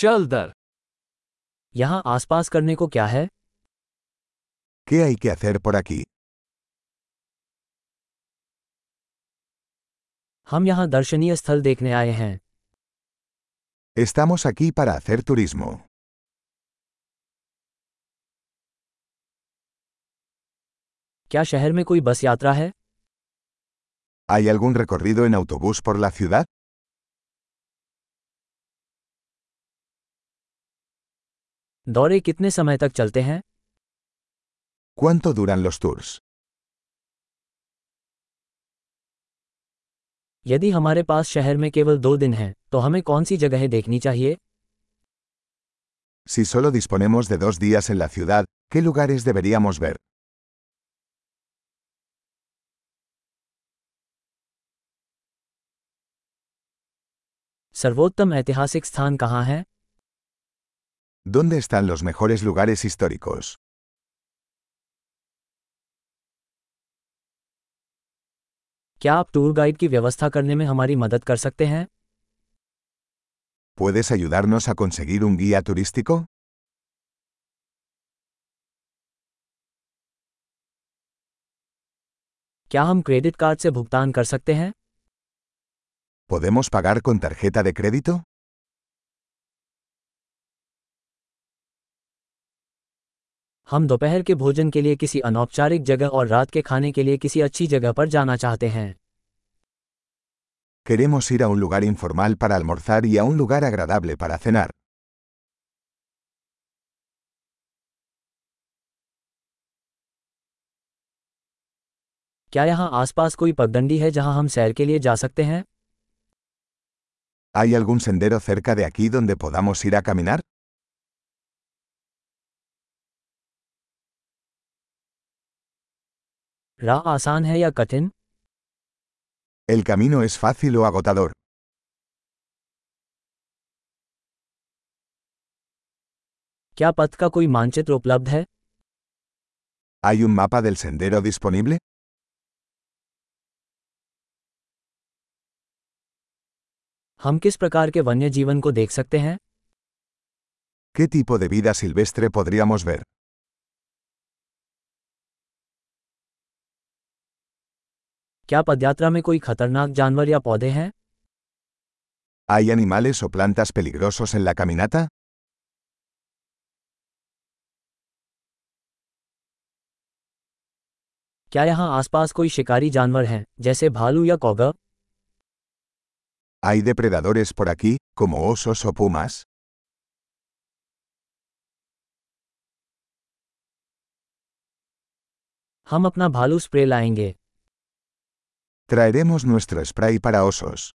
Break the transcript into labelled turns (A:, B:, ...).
A: चल दर यहाँ आसपास करने को क्या है
B: ¿Qué hay que hacer por aquí?
A: हम यहाँ दर्शनीय स्थल देखने आए हैं
B: Estamos aquí para hacer turismo.
A: क्या शहर में कोई बस यात्रा है
B: ¿Hay algún recorrido en autobús por la ciudad?
A: दौरे कितने समय तक चलते हैं
B: ¿Cuánto duran los tours?
A: यदि हमारे पास शहर में केवल दो दिन हैं तो हमें कौन सी जगहें देखनी चाहिए
B: Si solo disponemos de dos días en la ciudad, ¿qué lugares deberíamos ver?
A: सर्वोत्तम ऐतिहासिक स्थान कहाँ है
B: ¿Dónde están los mejores lugares históricos?
A: क्या आप टूर गाइड की व्यवस्था करने में हमारी मदद कर सकते हैं
B: ¿Puedes ayudarnos a conseguir un guía turístico?
A: क्या हम क्रेडिट कार्ड से भुगतान कर सकते हैं
B: ¿Podemos pagar con tarjeta de crédito?
A: हम दोपहर के भोजन के लिए किसी अनौपचारिक जगह और रात के खाने के लिए किसी अच्छी जगह पर जाना चाहते हैं
B: Queremos ir a un lugar informal para almorzar y a un lugar agradable para cenar.
A: क्या यहाँ आसपास कोई पगडंडी है जहाँ हम सैर के लिए जा सकते हैं
B: ¿Hay algún sendero cerca de aquí donde podamos ir a caminar?
A: राह आसान है या कठिन
B: ¿El camino es fácil o agotador?
A: क्या पथ का कोई मानचित्र उपलब्ध है
B: ¿Hay un mapa del sendero disponible?
A: हम किस प्रकार के वन्य जीवन को देख सकते हैं
B: ¿Qué tipo de vida silvestre podríamos ver?
A: क्या पदयात्रा में कोई खतरनाक जानवर या पौधे हैं
B: ¿Hay animales o plantas peligrosos en la caminata?
A: क्या यहाँ आसपास कोई शिकारी जानवर हैं जैसे भालू या कौगा
B: ¿Hay depredadores por aquí, como osos o pumas?
A: हम अपना भालू स्प्रे लाएंगे
B: Traeremos nuestro spray para osos.